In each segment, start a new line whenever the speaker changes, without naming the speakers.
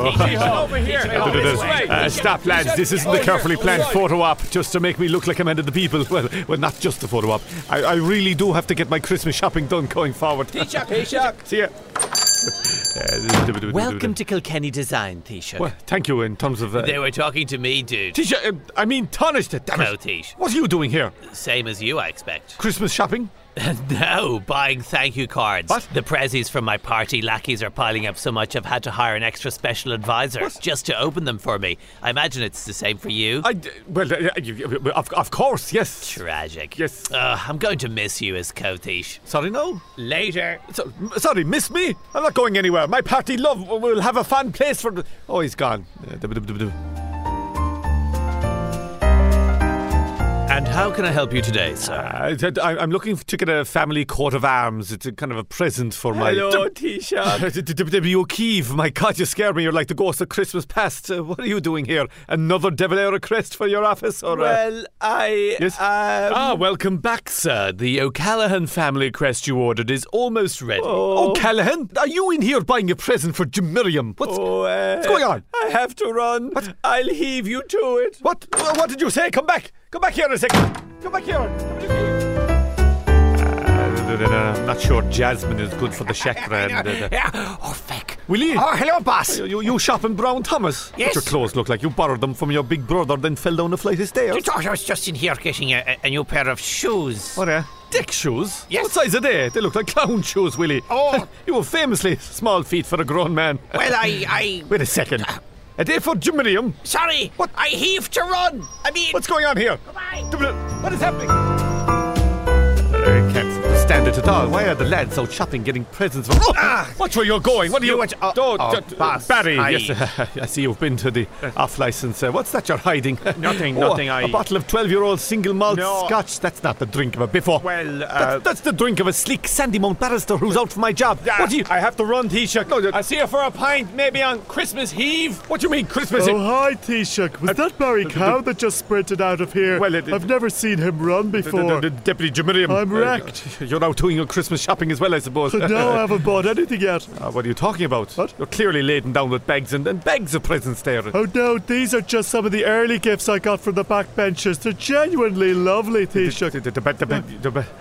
Oh.
Over here.
Uh, stop, lads. This isn't a carefully planned photo op just to make me look like I'm into the people. Well, well, not just the photo op. I, I really do have to get my Christmas shopping done going forward. See ya. Uh,
Welcome to Kilkenny Design T-shirt.
Well, thank you in terms of. Uh,
They were talking to me, dude.
Tisha, uh, I mean, tarnished it, damn it.
No, Tish.
What are you doing here?
Same as you, I expect.
Christmas shopping?
no, buying thank you cards.
What?
The prezzies from my party lackeys are piling up so much I've had to hire an extra special advisor just to open them for me. I imagine it's the same for you.
I, d- well, uh, you- you- of, of course, yes.
Tragic.
Yes.
Ugh, I'm going to miss you as Kotish.
Sorry, no.
Later.
So, m- sorry, miss me? I'm not going anywhere. My party love w- will have a fun place for. Oh, he's gone. Uh, dub- dub- dub- dub.
And how can I help you today, sir?
I, Uh, I, I'm looking to get a family coat of arms. It's a kind of a present for my.
Tisha.
W. O'Keefe, my God, you scared me. You're like the ghost of Christmas past. Uh, what are you doing here? Another Devil Air request for your office, or? uh,
I.
Yes.
Ah, welcome back, sir. The O'Callaghan family crest you ordered is almost ready.
Oh, Callahan, are you in here buying a present for Jim Miriam? What's, what's going on?
I have to run. I'll leave you to it.
What? uh, What did you say? Come back! Come back here in a second! Come back here! I'm not sure Jasmine is good for the chakra. and, uh,
Yeah. Oh, feck.
Will you?
Oh, hello, boss.
You, you shop in Brown Thomas? What
Yes.
your clothes look like you borrowed them from your big brother, then fell down a flight of
I
stairs.
thought I was just in here getting a, a, a new pair of shoes.
What are Dick shoes?
eh? Yes.
What size are they? They look like clown shoes, Willie.
Oh.
you were famously small feet for a grown man.
Well, I, I, Uh,
Wait a second. Are they for Jiminium?
sorry.
What?
I heaved to run. I mean,
What's going on here?
Goodbye.
What is happening? I can't stand it at all. Why are the lads out shopping getting presents? From- ah, watch where you're going. What are you?
watch- oh, oh,
d- d-
boss,
Barry.
I-
Yes, uh, I see you've been to the off license. Uh, what's that you're hiding?
Nothing,
Oh,
nothing, I-
A bottle of twelve-year-old single malt
No.
Scotch. That's not the drink of a biffo.
Well, uh,
that's, that's the drink of a sleek Sandymount barrister who's out for my job. what do you?
I have to run, Taoiseach.
No, you-
I'll see you for a pint, maybe on Christmas Eve.
what do you mean Christmas?
Oh, hi, Taoiseach. Was that Barry Cow that just sprinted out of here?
Well, it-
I've never seen him run
D- d-
before.
d- Deputy Jamirium.
I'm wrecked.
Uh, you're out doing your Christmas shopping as well, I suppose.
no, I haven't bought anything yet.
Uh, what are you talking about?
What?
You're clearly laden down with bags and, and bags of presents there.
Oh no, these are just some of the early gifts I got from the backbenchers. They're genuinely lovely, Taoiseac. You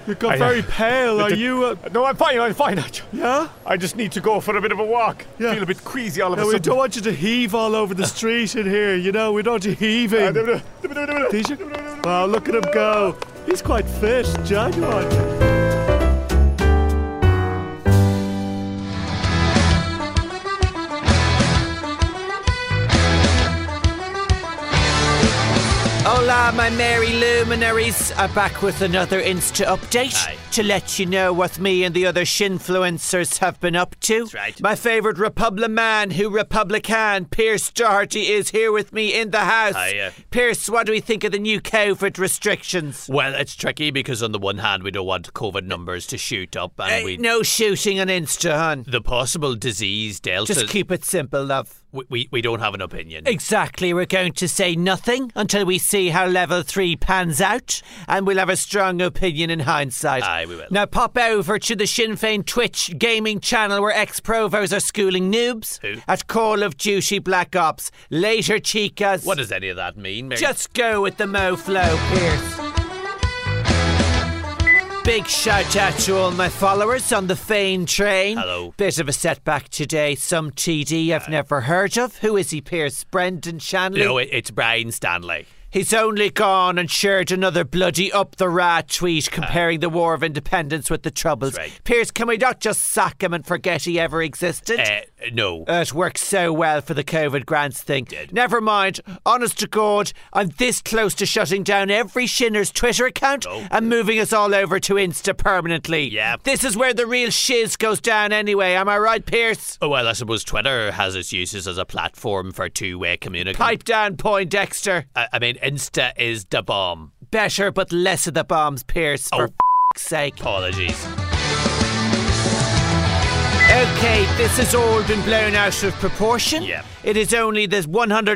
You've
got very pale. Are you? Uh,
uh, No, I'm fine, I'm fine. I ju-
yeah?
I just need to go for a bit of a walk.
Yeah.
Feel a bit queasy all of
No,
a
we don't
sudden.
want you to heave all over the street in here. You know, we don't want you
Uh,
heaving.
no, no, no, no, no, no.
Taoiseach? Wow, look at him go. He's quite fit, genuine.
Hola, my merry luminaries. I'm back with another Insta update
Aye.
to let you know what me and the other shinfluencers have been up to. That's
right.
My favourite Republican man, who Republican, Pierce Doherty, is here with me in the house.
Aye, uh.
Pierce, what do we think of the new COVID restrictions?
Well, it's tricky because on the one hand we don't want COVID numbers to shoot up, and
Uh,
we
no shooting on Insta, hon.
the possible disease delta.
Just keep it simple, love.
we, we, we don't have an opinion.
Exactly. We're going to say nothing until we see how level three pans out, and we'll have a strong opinion in hindsight.
Aye, we will.
Now pop over to the Sinn Féin Twitch gaming channel where ex provos are schooling noobs
Who?
at Call of Duty Black Ops. Later, chicas.
What does any of that mean? Mary?
Just go with the MoFlow, Pierce. Big shout out to all my followers on the Fane train.
Hello.
Bit of a setback today. Some TD I've never heard of. Who is he, Pierce? Brendan Shanley?
no, it, it's Brian Stanley.
He's only gone and shared another bloody up the rat tweet comparing the War of Independence with the Troubles.
That's right.
Pierce, can we not just sack him and forget he ever existed?
Uh, no.
Uh, It worked so well for the COVID grants thing.
Did.
Never mind. Honest to God, I'm this close to shutting down every Shinner's Twitter account
Oh.
and moving us all over to Insta permanently.
Yeah.
This is where the real shiz goes down anyway. Am I right, Pierce?
Oh, well, I suppose Twitter has its uses as a platform for two-way communication.
Pipe down, Poindexter.
I, I mean, Insta is the bomb.
Better, but less of the bombs, Pierce. For
Oh.
f***'s sake.
Apologies.
Okay, this has all been blown out of proportion.
Yep.
It is only the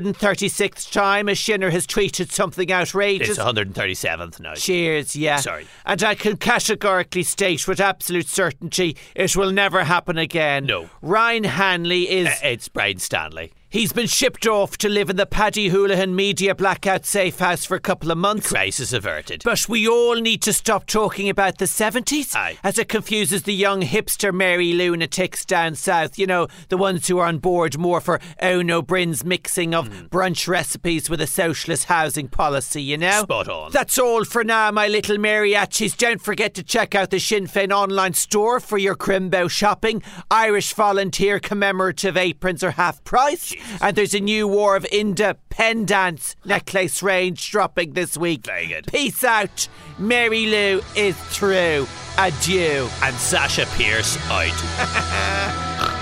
136th time a shinner has tweeted something outrageous.
It's 137th now.
Cheers, yeah.
Sorry.
And I can categorically state with absolute certainty it will never happen again.
No.
Ryan Hanley is.
Uh, It's Brian Stanley.
He's been shipped off to live in the Paddy Houlihan media blackout safe house for a couple of months.
Crisis averted.
But we all need to stop talking about the 70s
Aye.
as it confuses the young hipster Mary lunatics down south. You know, the ones who are on board more for Owen O'Brien's mixing of
Hmm.
brunch recipes with a socialist housing policy, you know?
Spot on.
That's all for now, my little mariachis. Don't forget to check out the Sinn Féin online store for your crimbo shopping. Irish volunteer commemorative aprons are half price. And there's a new War of Independence necklace range dropping this week.
Very good.
Peace out. Mary Lou is through. Adieu.
and Sasha Pierce out.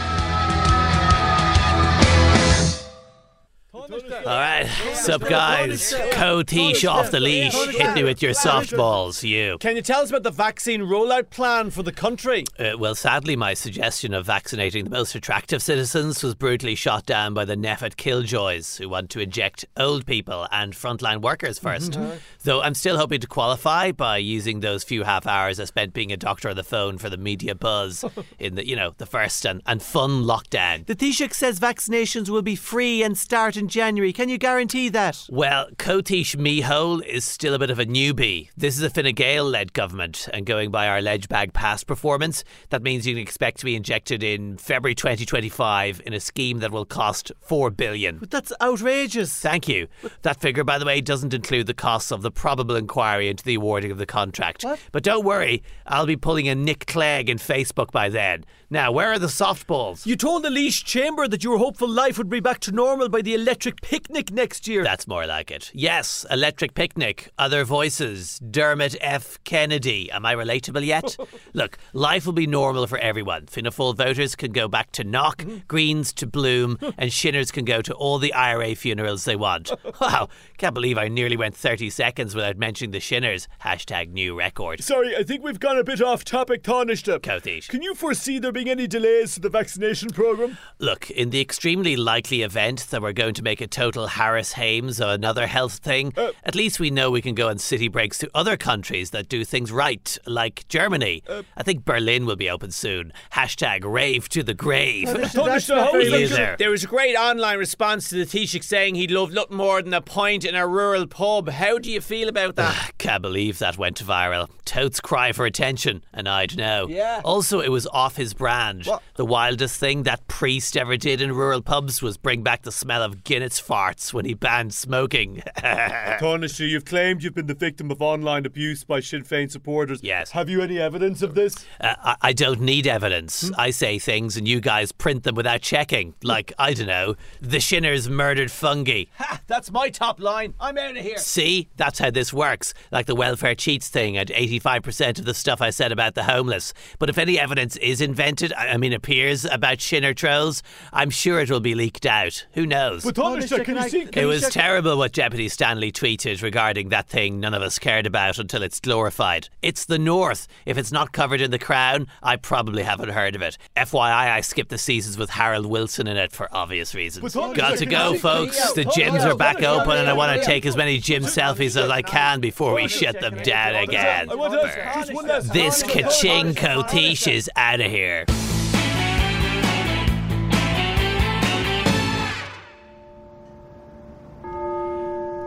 All right, sup guys? Cotiche off the leash. Hit me with your softballs, you.
Can you tell us about the vaccine rollout plan for the country?
Uh, well, sadly, my suggestion of vaccinating the most attractive citizens was brutally shot down by the Neffet Killjoys, who want to inject old people and frontline workers 1st Though I'm still hoping to qualify by using those few half hours I spent being a doctor on the phone for the media buzz in the, you know, the first and, and fun lockdown.
The Taoiseach says vaccinations will be free and start in January. Can you guarantee that?
Well, Kotish Mihol is still a bit of a newbie. This is a Fine Gael led government, and going by our ledge bag pass performance, that means you can expect to be injected in February 2025 in a scheme that will cost 4 billion.
That's outrageous.
Thank you. That figure, by the way, doesn't include the costs of the probable inquiry into the awarding of the contract. But don't worry, I'll be pulling a Nick Clegg in Facebook by then. Now, where are the softballs?
You told the Leash Chamber that you were hopeful life would be back to normal by the electric picnic next year.
That's more like it. Yes, Electric Picnic, Other Voices, Dermot F. Kennedy. Am I relatable yet? Look, life will be normal for everyone. Fianna Fáil voters can go back to Knock, Greens to Bloom, and Shinners can go to all the IRA funerals they want. Wow, can't believe I nearly went 30 seconds without mentioning the Shinners. Hashtag new record.
Sorry, I think we've gone a bit off topic, Tarnished.
Couthish.
Can you foresee there being any delays to the vaccination program?
Look, in the extremely likely event that we're going to make a total Harris Hames or another health thing, at least we know we can go on city breaks to other countries that do things right, like Germany. I think Berlin will be open soon. Hashtag rave to the grave.
Tarnished, how is that
Really there.
There was a great online response to the Taoiseach saying he'd love nothing more than a pint in a rural pub. How do you feel about that?
Can't believe that went viral. Totes cry for attention, and I'd know. Yeah. Also, it was off his brand. The wildest thing that priest ever did in rural pubs was bring back the smell of Guinness farts when he banned smoking. Uh,
Tarnished, you've claimed you've been the victim of online abuse by Sinn Féin supporters.
Yes.
Have you any evidence of this?
Uh, I, I don't need evidence. I say things and you guys print them without checking. Like, I don't know, the Shinners murdered fungi.
That's my top line. I'm out of here.
See, that's how this works. Like the welfare cheats thing and 85% of the stuff I said about the homeless. But if any evidence is invented, I, I mean, appears about Shinner trolls, I'm sure it will be leaked out. Who knows?
But Tarnished, can you see?
It was terrible what Deputy Stanley tweeted regarding that thing none of us cared about until it's glorified. It's the North. If it's not covered in the Crown, I probably haven't heard of it. FYI, I skipped the seasons with Harold Wilson in it for obvious reasons.
But hold on a
Got to
second,
go,
Nick.
folks. The gyms are back open, and I want to take as many gym selfies as I can before we shut them down again.
I want to ask just one last
This Kaching Kotish is out of here.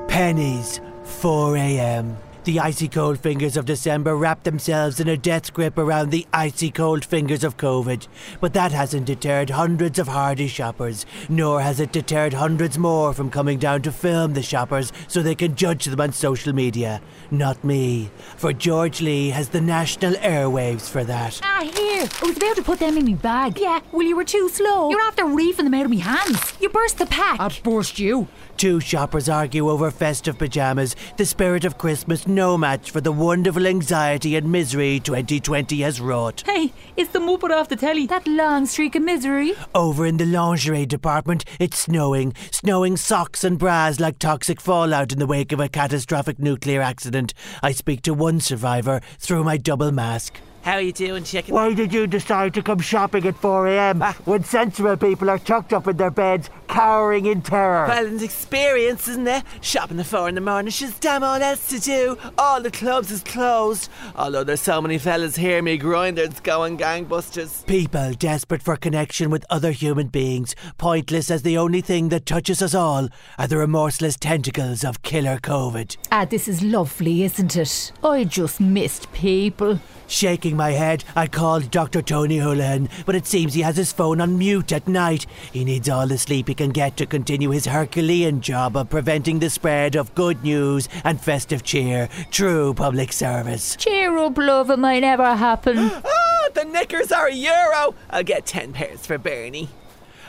Pennies, 4 a.m. The icy cold fingers of December wrap themselves in a death grip around the icy cold fingers of COVID. But that hasn't deterred hundreds of hardy shoppers, nor has it deterred hundreds more from coming down to film the shoppers so they can judge them on social media. Not me, for George Lee has the national airwaves for that.
Ah, here. I was about to put them in my bag. Yeah, well, you were too slow. You're after reefing them out of my hands. You burst the pack. I burst you.
Two shoppers argue over festive pajamas, the spirit of Christmas no match for the wonderful anxiety and misery 2020 has wrought.
Hey, it's the Muppet off the telly. That long streak of misery.
Over in the lingerie department, it's snowing. Snowing socks and bras like toxic fallout in the wake of a catastrophic nuclear accident. I speak to one survivor through my double mask.
How you doing, chicken?
Why did you decide to come shopping at 4 a.m. when sensible people are tucked up in their beds, cowering in terror?
Well, it's an experience, isn't it? Shopping at four in the morning, she's damn all else to do.
Oh,
All the clubs is closed. Although there's so many fellas here, me grinders going gangbusters.
People desperate for connection with other human beings, pointless as the only thing that touches us all are the remorseless tentacles of killer COVID.
Ah, this is lovely, isn't it? I just missed people.
Shaking my head, I called Dr. Tony Houlihan, but it seems he has his phone on mute at night. He needs all the sleep he can get to continue his Herculean job of preventing the spread of good news and festive cheer. True public service.
Cheer up, love, it might never happen.
Ah, the knickers are a euro. I'll get ten pairs for Bernie.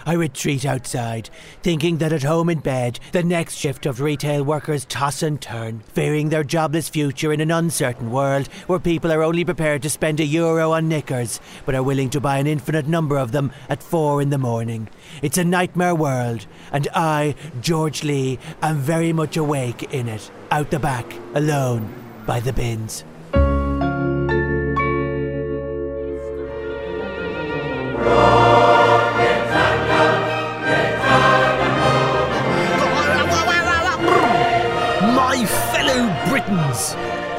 I retreat outside, thinking that at home in bed, the next shift of retail workers toss and turn, fearing their jobless future in an uncertain world where people are only prepared to spend a euro on knickers, but are willing to buy an infinite number of them at four in the morning. It's a nightmare world, and I, George Lee, am very much awake in it, out the back, alone, by the bins.
My fellow Britons,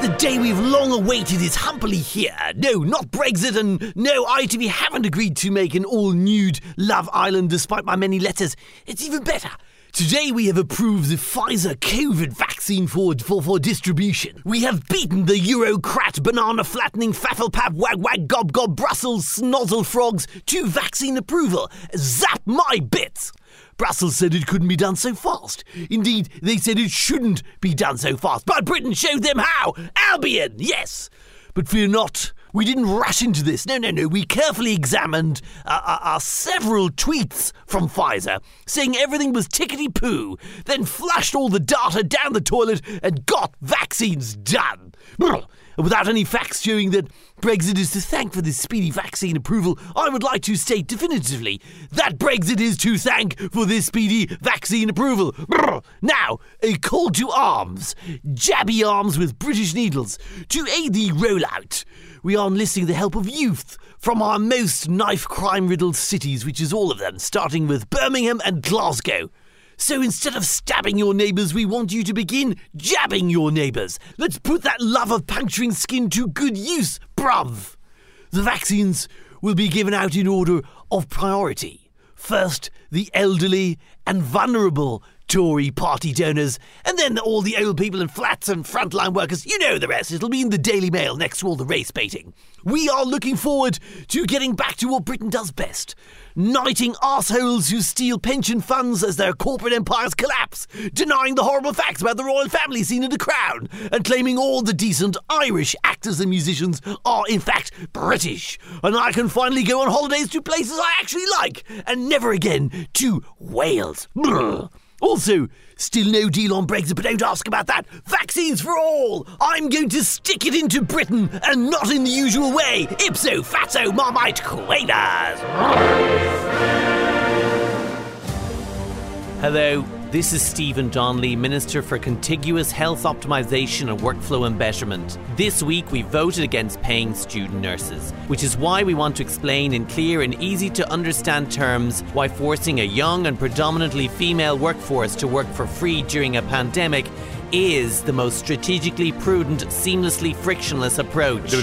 the day we've long awaited is happily here. No, not Brexit, and no, I to be haven't agreed to make an all nude Love Island despite my many letters. It's even better. Today we have approved the Pfizer COVID vaccine for, for, for distribution. We have beaten the Eurocrat banana flattening fafflepap wag wag gob gob Brussels snozzle frogs to vaccine approval. Zap my bits! Brussels said it couldn't be done so fast. Indeed, they said it shouldn't be done so fast. But Britain showed them how. Albion, yes. But fear not, we didn't rush into this. No, no, no. We carefully examined uh, uh, our several tweets from Pfizer, saying everything was tickety poo, then flushed all the data down the toilet and got vaccines done. Brr. Without any facts showing that Brexit is to thank for this speedy vaccine approval, I would like to state definitively that Brexit is to thank for this speedy vaccine approval. Brr. Now, a call to arms. Jabby arms with British needles to aid the rollout. We are enlisting the help of youth from our most knife crime riddled cities, which is all of them, starting with Birmingham and Glasgow. So instead of stabbing your neighbours, we want you to begin jabbing your neighbours. Let's put that love of puncturing skin to good use, bruv. The vaccines will be given out in order of priority. First, the elderly and vulnerable Tory party donors, and then all the old people in flats and frontline workers. You know the rest. It'll be in the Daily Mail next to all the race baiting. We are looking forward to getting back to what Britain does best knighting arseholes who steal pension funds as their corporate empires collapse, denying the horrible facts about the royal family seen in the crown, and claiming all the decent Irish actors and musicians are in fact British. And I can finally go on holidays to places I actually like, and never again to Wales. Brr. Also, still no deal on Brexit, but don't ask about that. Vaccines for all! I'm going to stick it into Britain and not in the usual way. Ipso fatso marmite quainers! Hello, this is Stephen Donnelly, Minister for Contiguous Health Optimisation and Workflow and Betterment. This week we voted against paying student nurses, which is why we want to explain in clear and easy to understand terms why forcing a young and predominantly female workforce to work for free during a pandemic is the most strategically prudent, seamlessly frictionless approach.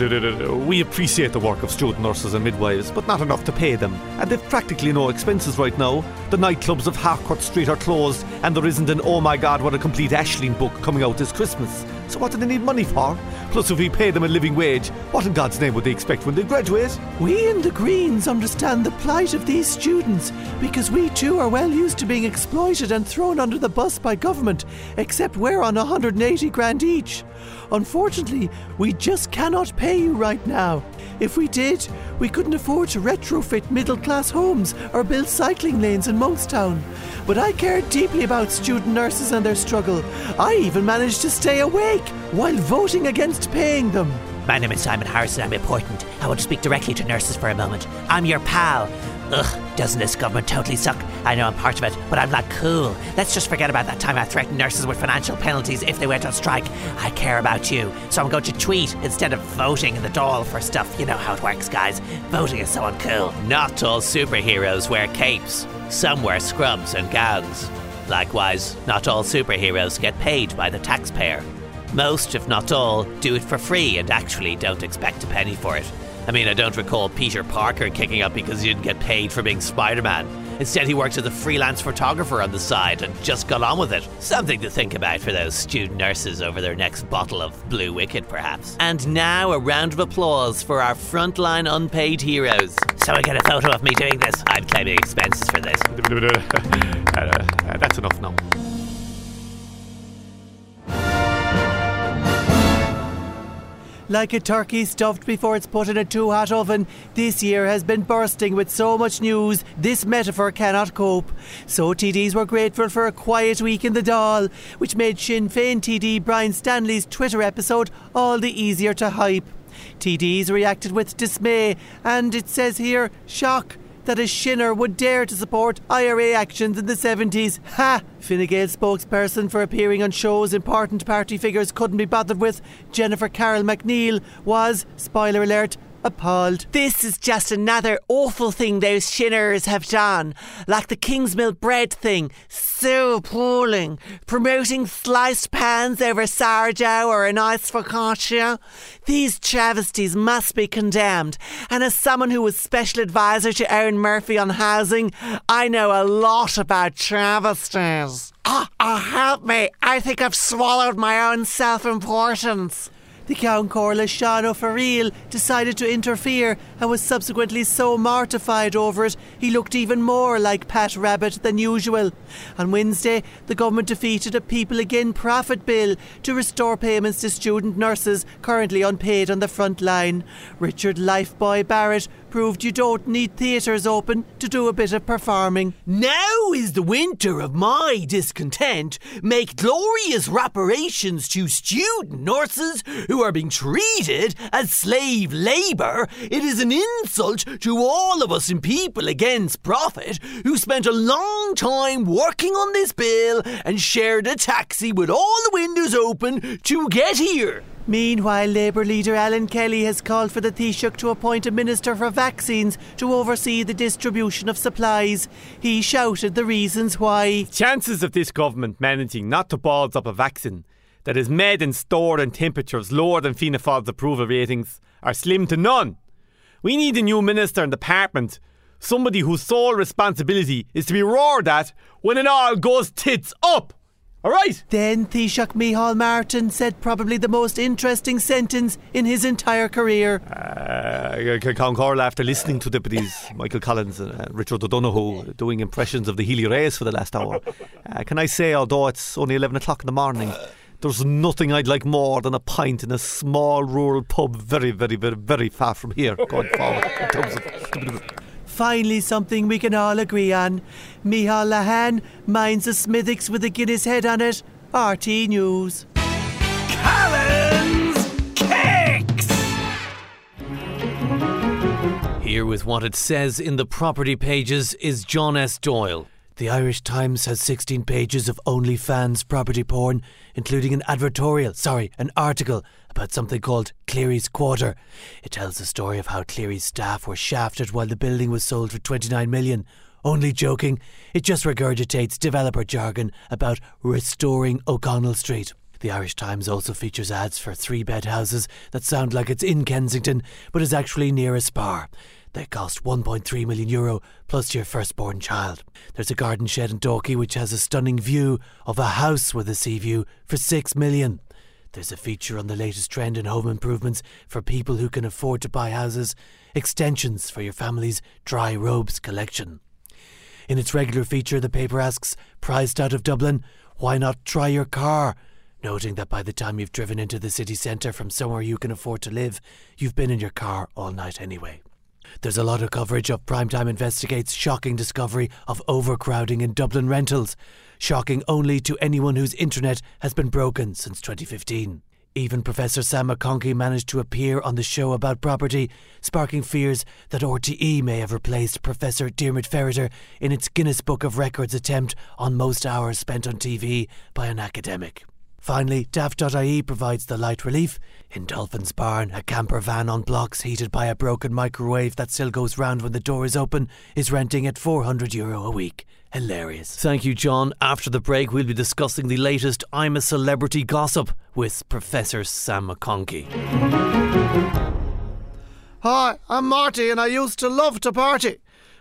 We appreciate the work of student nurses and midwives, but not enough to pay them. And they've practically no expenses right now. The nightclubs of Harcourt Street are closed, and there isn't an oh my god, what a complete Ashling book coming out this Christmas. So what do they need money for? Plus, if we pay them a living wage, what in God's name would they expect when they graduate?
We in the Greens understand the plight of these students because we too are well used to being exploited and thrown under the bus by government, except we're on 180 grand each. Unfortunately, we just cannot pay you right now. If we did, we couldn't afford to retrofit middle class homes or build cycling lanes in Monkstown. But I care deeply about student nurses and their struggle. I even managed to stay awake while voting against paying them.
My name is Simon Harrison. I'm important. I want to speak directly to nurses for a moment. I'm your pal.
Ugh, doesn't this government totally suck? I know I'm part of it, but I'm not cool. Let's just forget about that time I threatened nurses with financial penalties if they went on strike. I care about you, so I'm going to tweet instead of voting in the doll for stuff. You know how it works, guys. Voting is so uncool. Not all superheroes wear capes. Some wear scrubs and gowns. Likewise, not all superheroes get paid by the taxpayer. Most, if not all, do it for free and actually don't expect a penny for it. I mean, I don't recall Peter Parker kicking up because he didn't get paid for being Spider Man. Instead, he worked as a freelance photographer on the side and just got on with it. Something to think about for those student nurses over their next bottle of Blue Wicked, perhaps. And now, a round of applause for our frontline unpaid heroes. So, I get a photo of me doing this. I'm claiming expenses for this.
Uh, uh, that's enough now.
Like a turkey stuffed before it's put in a two hat oven, this year has been bursting with so much news, this metaphor cannot cope. So TDs were grateful for a quiet week in the doll, which made Sinn Féin TD Brian Stanley's Twitter episode all the easier to hype. TDs reacted with dismay, and it says here, shock. That a shinner would dare to support IRA actions in the 70s. Ha! Fine Gael spokesperson for appearing on shows important party figures couldn't be bothered with, Jennifer Carroll McNeil, was, spoiler alert, appalled. This is just another awful thing those shinners have done, like the Kingsmill bread thing. So appalling. Promoting sliced pans over sourdough or a nice focaccia. These travesties must be condemned. And as someone who was special advisor to Erin Murphy on housing, I know a lot about travesties. Ah, ah, help me. I think I've swallowed my own self importance. The Count Corlashano for real decided to interfere and was subsequently so mortified over it he looked even more like Pat Rabbit than usual. On Wednesday, the government defeated a People Again profit bill to restore payments to student nurses currently unpaid on the front line. Richard Lifeboy Barrett proved you don't need theatres open to do a bit of performing. Now is the winter of my discontent. Make glorious reparations to student nurses who are being treated as slave labour. It is an insult to all of us in people against profit who spent a long time working on this bill and shared a taxi with all the windows open to get here. Meanwhile, Labour leader Alan Kelly has called for the Taoiseach to appoint a minister for vaccines to oversee the distribution of supplies. He shouted the reasons why.
Chances of this government managing not to balls up a vaccine that is made and stored in temperatures lower than Fianna Fáil's approval ratings are slim to none. We need a new minister in the parliament, somebody whose sole responsibility is to be roared at when it all goes tits up. All right?
Then Taoiseach Micheál Martin said probably the most interesting sentence in his entire career.
Uh, Count Corl, after listening to deputies Michael Collins and uh, Richard O'Donoghue doing impressions of the Healy Rays for the last hour, uh, can I say, although it's only 11 o'clock in the morning, there's nothing I'd like more than a pint in a small rural pub very, very, very, very far from here going forward. In terms of-
Finally, something we can all agree on. Micheál Lahan minds the Smithicks with a Guinness head on it. RT News.
Here with what it says in the property pages is John S. Doyle.
The Irish Times has 16 pages of OnlyFans property porn, including an advertorial, sorry, an article about something called Cleary's Quarter. It tells the story of how Cleary's staff were shafted while the building was sold for 29 million. Only joking, it just regurgitates developer jargon about restoring O'Connell Street. The Irish Times also features ads for three bed houses that sound like it's in Kensington, but is actually near a spa. They cost 1.3 million euro plus your firstborn child. There's a garden shed in Dorky which has a stunning view of a house with a sea view for 6 million. There's a feature on the latest trend in home improvements for people who can afford to buy houses, extensions for your family's dry robes collection. In its regular feature, the paper asks, prized out of Dublin, why not try your car? Noting that by the time you've driven into the city centre from somewhere you can afford to live, you've been in your car all night anyway. There's a lot of coverage of Primetime Investigates' shocking discovery of overcrowding in Dublin rentals, shocking only to anyone whose internet has been broken since 2015.
Even Professor Sam McConkie managed to appear on the show about property, sparking fears that
E
RTE may have replaced Professor Dermot Ferreter in its Guinness Book of Records attempt on most hours spent on TV by an academic. Finally, daft.ie provides the light relief. In Dolphin's Barn, a camper van on blocks heated by a broken microwave that still goes round when the door is open is renting at 400 euro a week. Hilarious.
Thank you, John. After the break, we'll be discussing the latest I'm a Celebrity gossip with Professor Sam McConkie.
Hi, I'm Marty, and I used to love to party.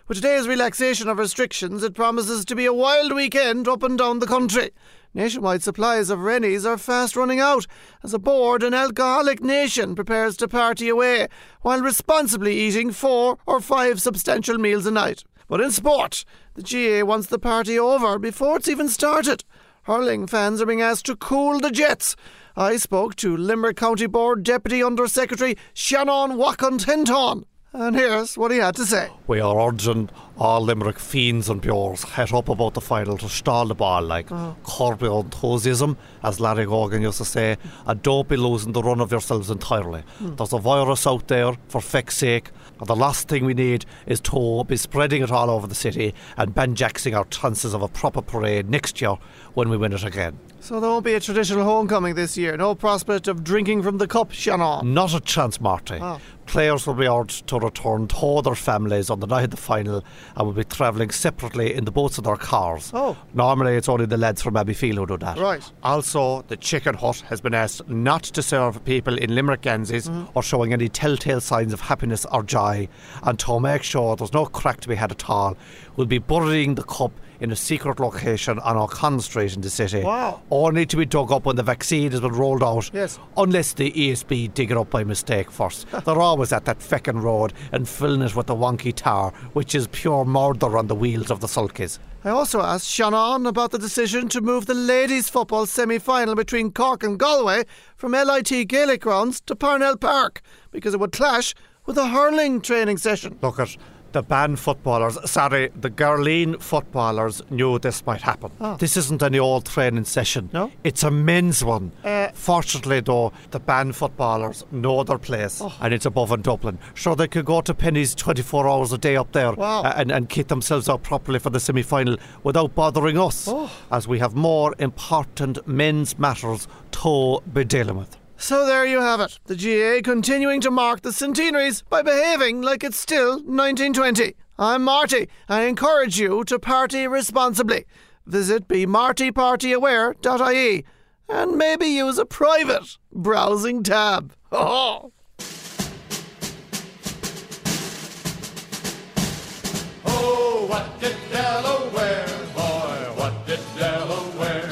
With today's relaxation of restrictions, it promises to be a wild weekend up and down the country. Nationwide supplies of Rennies are fast running out as a bored and alcoholic nation prepares to party away while responsibly eating four or five substantial meals a night. But in sport, the GA wants the party over before it's even started. Hurling fans are being asked to cool the jets. I spoke to Limerick County Board Deputy Under Secretary Shannon Watkins Hinton, and here's what he had to say.
We are urging all Limerick fiends and pures het up about the final to stall the ball like curb your enthusiasm, as Larry Gorgan used to say, and don't be losing the run of yourselves entirely. There's a virus out there, for feck's sake, and the last thing we need is to be spreading it all over the city and benjaxing our chances of a proper parade next year when we win it again.
So there won't be a traditional homecoming this year. No prospect of drinking from the cup, Shannon.
Not a chance, Marty.
Oh.
Players will be urged to return to their families on the night of the final and will be travelling separately in the boats of their cars.
Oh.
Normally, it's only the lads from Abbeyfield who do that.
Right.
Also, the Chicken Hut has been asked not to serve people in Limerick Ganses
Mm-hmm.
or showing any telltale signs of happiness or joy, and to make sure there's no crack to be had at all, we'll be burying the cup in a secret location on O'Connell Street in the city.
Wow.
Only to be dug up when the vaccine has been rolled out.
Yes.
Unless the ESB dig it up by mistake first. They're always at that feckin' road and filling it with the wonky tar, which is pure murder on the wheels of the sulkies.
I also asked Shannon about the decision to move the ladies' football semi final between Cork and Galway from LIT Gaelic grounds to Parnell Park because it would clash with a hurling training session.
Look at the band footballers, sorry, the Garleen footballers knew this might happen. This isn't any old training session.
Oh. No?
It's a men's one.
Uh,
Fortunately, though, the band footballers know their place
Oh.
and it's above in Dublin. Sure, they could go to Penny's 24 hours a day up there
Wow.
a- and, and kit themselves out properly for the semi final without bothering us,
Oh.
as we have more important men's matters to be dealing with.
So there you have it. The GA continuing to mark the centenaries by behaving like it's still 1920. I'm Marty. I encourage you to party responsibly. Visit bemartypartyaware.ie E and maybe use a private browsing tab. Oh.
Oh, what did Delaware, boy, what did Delaware?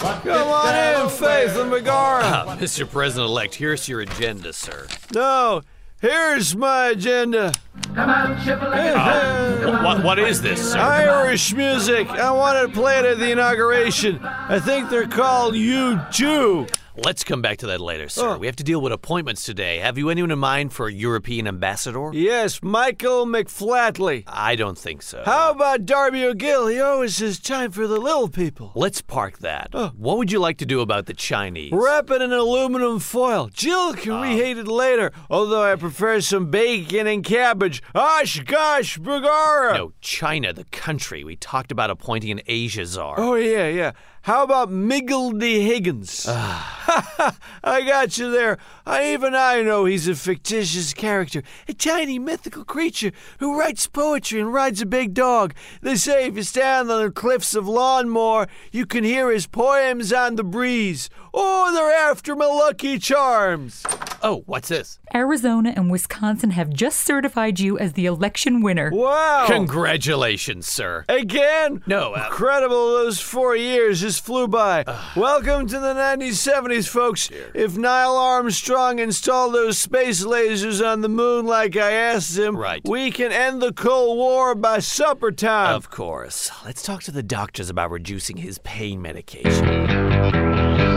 What did
Come on in, Faith and Megara.
Mr. President elect, Ah, here's your agenda, sir.
No, here's my agenda. Uh-huh.
What, what is this, sir?
Irish music. I want it played at the inauguration. I think they're called U2.
Let's come back to that later, sir.
Oh.
We have to deal with appointments today. Have you anyone in mind for a European ambassador?
Yes, Michael McFlatley.
I don't think so.
How about Darby O'Gill? He always has time for the little people.
Let's park that. What would you like to do about the Chinese?
Wrap it in aluminum foil. Jill can reheat it later, although I prefer some bacon and cabbage. Osh gosh, Bagara.
No, China, the country. We talked about appointing an Asia czar.
Oh, yeah, yeah. How about Miggledy Higgins?
Ah.
I got you there. I, even I know he's a fictitious character, a tiny mythical creature who writes poetry and rides a big dog. They say if you stand on the cliffs of Lawnmore, you can hear his poems on the breeze. Oh, they're after my lucky charms.
Oh, what's this?
Arizona and Wisconsin have just certified you as the election winner.
Wow.
Congratulations, sir.
Again?
No, uh,
Incredible, those four years just flew by. Welcome to the 1970s, folks. If Neil Armstrong installed those space lasers on the moon like I asked him,
Right.
we can end the Cold War by supper time.
Of course. Let's talk to the doctors about reducing his pain medication.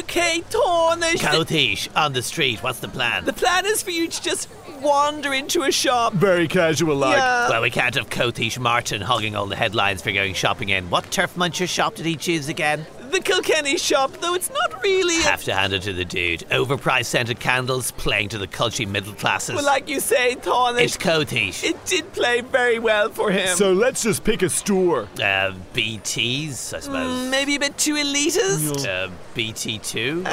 Okay, Tornish. The,
Kotish, on the street, what's the plan?
the plan is for you to just wander into a shop.
Very casual like.
yeah.
well, we can't have Kotish Martin hogging all the headlines for going shopping in. What turf muncher shop did he choose again?
the Kilkenny shop, though it's not really. A,
Have to hand it to the dude. Overpriced scented candles playing to the cultured middle classes.
well, like you say, Tony.
it's Cotish.
It did play very well for him.
So let's just pick a store.
Uh, BTs, I suppose.
Mm, maybe a bit too elitist.
Uh, BT2?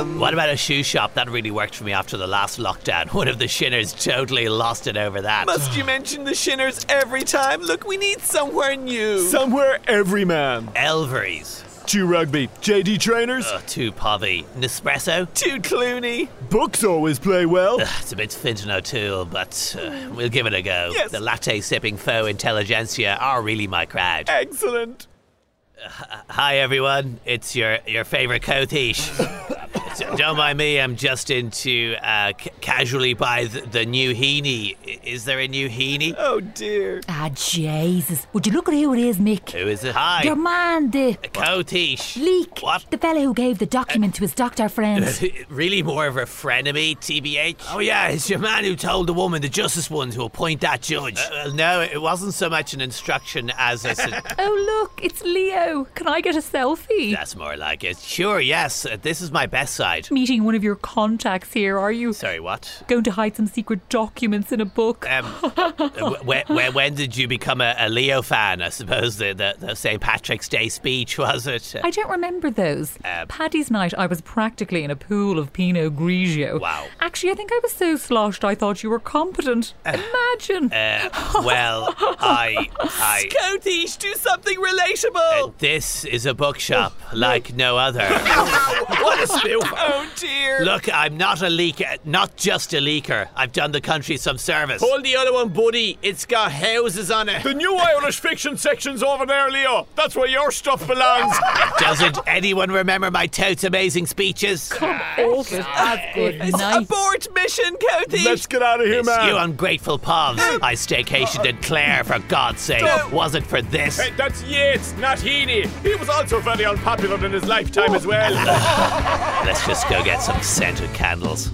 Um,
what about a shoe shop? That really worked for me after the last lockdown. One of the shinners totally lost it over that.
Must you mention the shinners every time? Look, we need somewhere new.
Somewhere every man.
Elvery's.
Two rugby. JD trainers.
Uh,
Ugh, too povy. Nespresso?
Too Clooney.
Books always play well.
Ugh, it's a bit Fintan O'Toole, but uh, we'll give it a go.
Yes.
The latte sipping faux intelligentsia are really my crowd.
Excellent.
Uh,
Hi, everyone. It's your, your favorite Kotish. Don't mind me, I'm just into uh, ca- casually by the, the new Heaney. I- Is there a new Heaney?
Oh dear.
Ah, Jesus. Would you look at who it is, Mick?
Who is it? Hi.
Your man, the
Kotish.
leak.
What?
The fella who gave the document to his doctor friend.
really more of a frenemy, TBH? Oh, yeah, it's your man who told the woman, the justice one, to appoint that judge. Uh, no, it wasn't so much an instruction as a. su-
oh, look, it's Leo. Can I get a selfie?
That's more like it. Sure, yes, uh, this is my best side.
Meeting one of your contacts here, are you?
Sorry, what?
Going to hide some secret documents in a book?
Um, where, where, when did you become a, a Leo fan? I suppose the, the, the St. Patrick's Day speech, was it?
I don't remember those.
Um,
Paddy's night, I was practically in a pool of Pinot Grigio.
Wow.
Actually, I think I was so sloshed I thought you were competent. Imagine.
Uh, well, I. I
Cotish, do something relatable.
uh, this is a bookshop like no other.
what a spoof. Oh dear.
Look, I'm not a leaker, not just a leaker. I've done the country some service.
Hold the other one, buddy. It's got houses on it.
The new Irish fiction section's over there, Leo. That's where your stuff belongs.
Doesn't anyone remember my totes amazing speeches?
Off it. That's good. Nice.
Abort mission, Cotish.
let's get out of here,
It's you
man.
ungrateful povs. I staycationed in Clare, for God's sake. Wasn't for this.
Hey, that's Yates, not Heaney. He was also very unpopular in his lifetime as well.
Let's just go get some scented candles.